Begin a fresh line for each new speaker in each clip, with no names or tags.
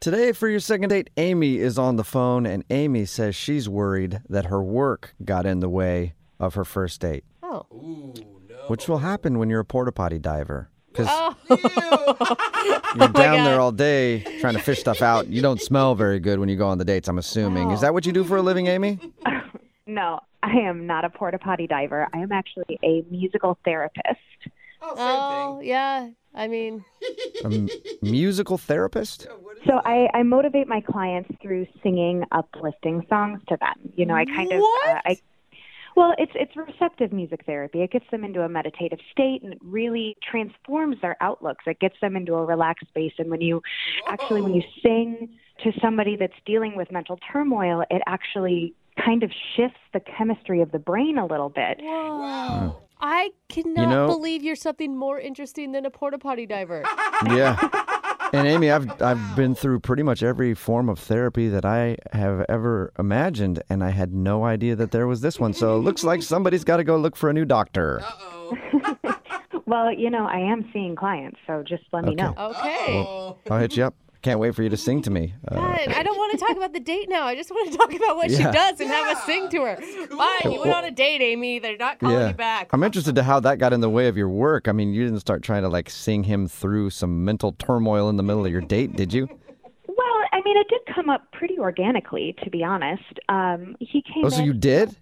Today, for your second date, Amy is on the phone, and Amy says she's worried that her work got in the way of her first date. Oh. Which will happen when you're a porta potty diver. Because you're down there all day trying to fish stuff out. You don't smell very good when you go on the dates, I'm assuming. Is that what you do for a living, Amy?
No, I am not a porta potty diver. I am actually a musical therapist.
Oh, yeah. I mean,
A m- musical therapist?
So I, I motivate my clients through singing uplifting songs to them. You know, I kind of uh,
What?
I well, it's it's receptive music therapy. It gets them into a meditative state and it really transforms their outlooks. It gets them into a relaxed space and when you actually when you sing to somebody that's dealing with mental turmoil, it actually kind of shifts the chemistry of the brain a little bit.
I cannot
know-
believe you're something more interesting than a porta potty diver.
Yeah. And Amy, I've I've been through pretty much every form of therapy that I have ever imagined, and I had no idea that there was this one. So it looks like somebody's got to go look for a new doctor.
Well, you know, I am seeing clients, so just let me
Okay. Oh.
know.
Okay.
I'll hit you up. Can't wait for you to sing to me. Uh,
God, I don't want to talk about the date now. I just want to talk about what she
Yeah.
does and have us sing to her. Fine, you went on a date, Amy. They're not calling you back.
I'm interested to how that got in the way of your work. I mean, you didn't start trying to like sing him through some mental turmoil in the middle of your date, did you?
Well, I mean, it did come up pretty organically, to be honest. Um, he came.
Oh, so
in,
you did?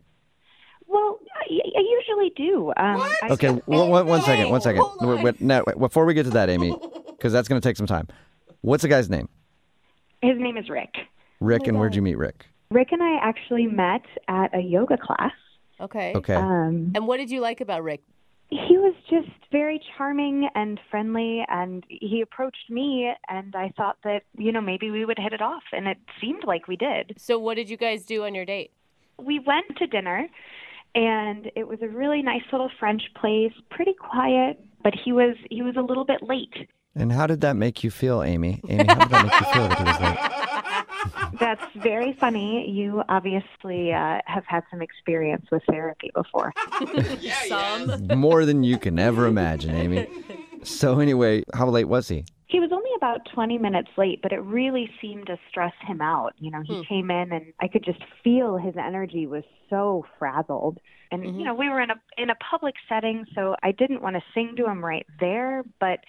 Well, I, I usually do. Um, I,
Okay, one, one, one second, one second.
Hold
Wait,
on.
wait, no, wait, before we get to that, Amy, because that's going to take some time. What's the guy's name?
His name is Rick.
Rick, and where'd you meet Rick?
Rick and I actually met at a yoga class.
Okay.
Okay.
Um,
And what did you like about Rick?
he was just very charming and friendly, and he approached me, and I thought that you know maybe we would hit it off, and it seemed like we did.
So, what did you guys do on your date?
we went to dinner and it was a really nice little french place pretty quiet but he was he was a little bit late
And how did that make you feel, Amy? Amy, how did that make you feel? that he was like-
that's very funny you obviously uh, have had some experience with therapy before
Some.
more than you can ever imagine, Amy. So anyway, how late was he?
he was only about 20 minutes late but it really seemed to stress him out you know he came in and i could just feel his energy was so frazzled and you know we were in a in a public setting so i didn't want to sing to him right there but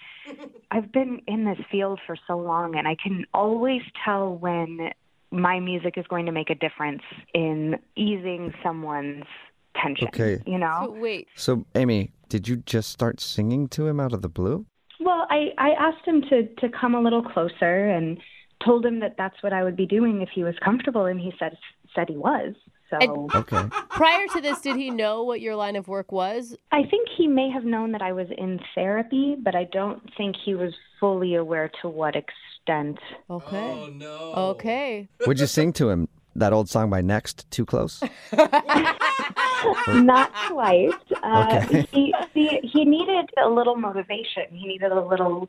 I've been in this field for so long, and I can always tell when my music is going to make a difference in easing someone's tension.
Okay.
You
So,
know?
wait.
So Amy, did you just start singing to him out of the blue?
Well, I, I asked him to, to come a little closer and told him that that's what I would be doing if he was comfortable, and he said, said he was. So
And-
Okay.
Prior to this, did he know what your line of work was?
I think he may have known that I was in therapy, but I don't think he was fully aware to what extent.
Okay. Oh, no. Okay.
Would you sing to him that old song by Next, Too Close?
Not quite. Uh,
Okay.
he, he he needed a little motivation. He needed a little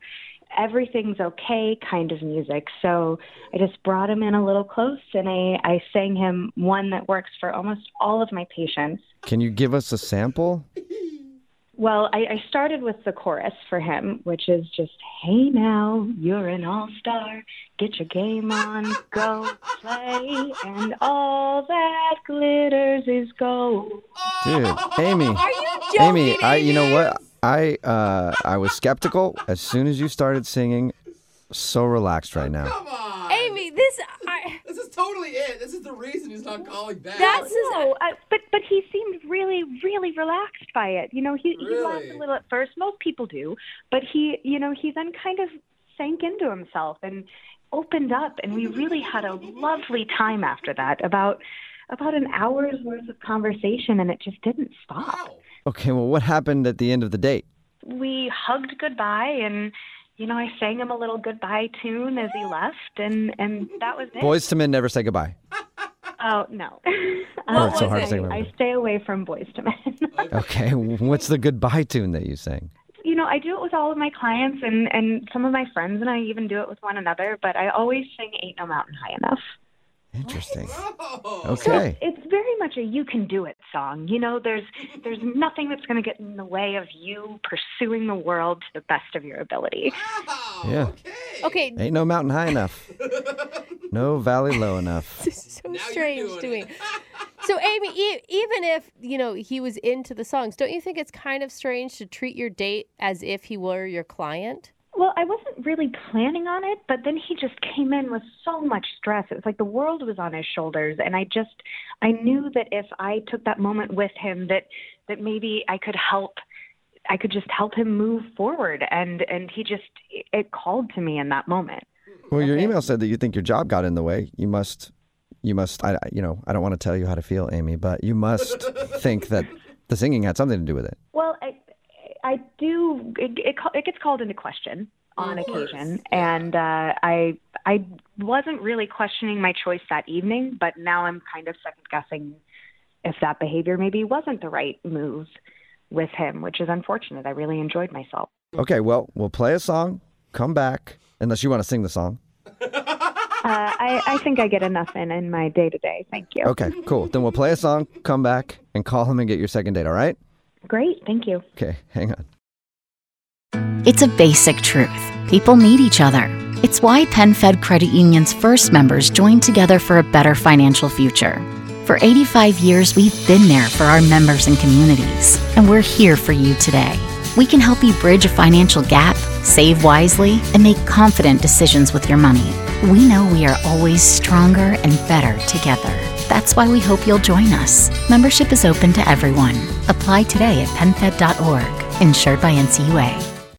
everything's okay kind of music. So I just brought him in a little close, and I I sang him one that works for almost all of my patients.
Can you give us a sample?
Well, I, I started with the chorus for him, which is just, hey now, you're an all star. Get your game on, go play, and all that glitters is gold.
Dude, Amy. Amy, I you know what? I uh I was skeptical as soon as you started singing. So relaxed right now.
Come on.
Amy, this. I,
This is totally it. This is the reason he's not calling back.
that's.
Oh,
No, uh, but but he seemed really really relaxed by it. You know, he he laughed
Really?
a little at first. Most people do, but he you know he then kind of sank into himself and opened up, and we really had a lovely time after that. About about an hour's worth of conversation, and it just didn't stop.
Okay, well what happened at the end of the date?
We hugged goodbye and. you know, I sang him a little goodbye tune as he left, and and that was it.
Boys to men never say goodbye.
Oh no,
Oh,
Um,
it's so hard to
it?
say.
I
goodbye.
stay away from boys to men.
Okay, what's the goodbye tune that you sang?
you know, I do it with all of my clients and, and some of my friends, and I even do it with one another, but I always sing Ain't No Mountain High Enough.
Interesting.
Oh.
Okay.
It's very much a you can do it song. You know, there's there's nothing that's going to get in the way of you pursuing the world to the best of your ability.
Wow.
Yeah.
Okay.
Okay,
Ain't no mountain high enough. No valley low enough.
this is so
Now you're
strange
doing
to me.
it.
So, Amy, e- even if you know he was into the songs, don't you think it's kind of strange to treat your date as if he were your client?
Well, I wasn't really planning on it, but then he just came in with so much stress. It was like the world was on his shoulders, and I just I knew that if I took that moment with him, that that maybe I could help. I could just help him move forward, and and he just it called to me in that moment.
Well, your
Okay.
email said that you think your job got in the way. You must, you must. I, I- you know, I don't want to tell you how to feel, Amy, but you must think that the singing had something to do with it.
Well, I, I do. It, it, ca- it gets called into question on occasion, and uh, I I wasn't really questioning my choice that evening, but now I'm kind of second guessing if that behavior maybe wasn't the right move with him, which is unfortunate. I really enjoyed myself.
Okay. Well, we'll play a song. Come back, unless you want to sing the song.
Uh, I, I think I get enough in in my day to day. Thank you.
Okay. Cool. Then we'll play a song. Come back and call him and get your second date. All right.
Great. Thank you.
Okay. Hang on.
It's a basic truth. People need each other. It's why PenFed Credit Union's first members joined together for a better financial future. For 85 years, we've been there for our members and communities, and we're here for you today. We can help you bridge a financial gap, save wisely, and make confident decisions with your money. We know we are always stronger and better together. That's why we hope you'll join us. Membership is open to everyone. Apply today at penfed.org, insured by NCUA.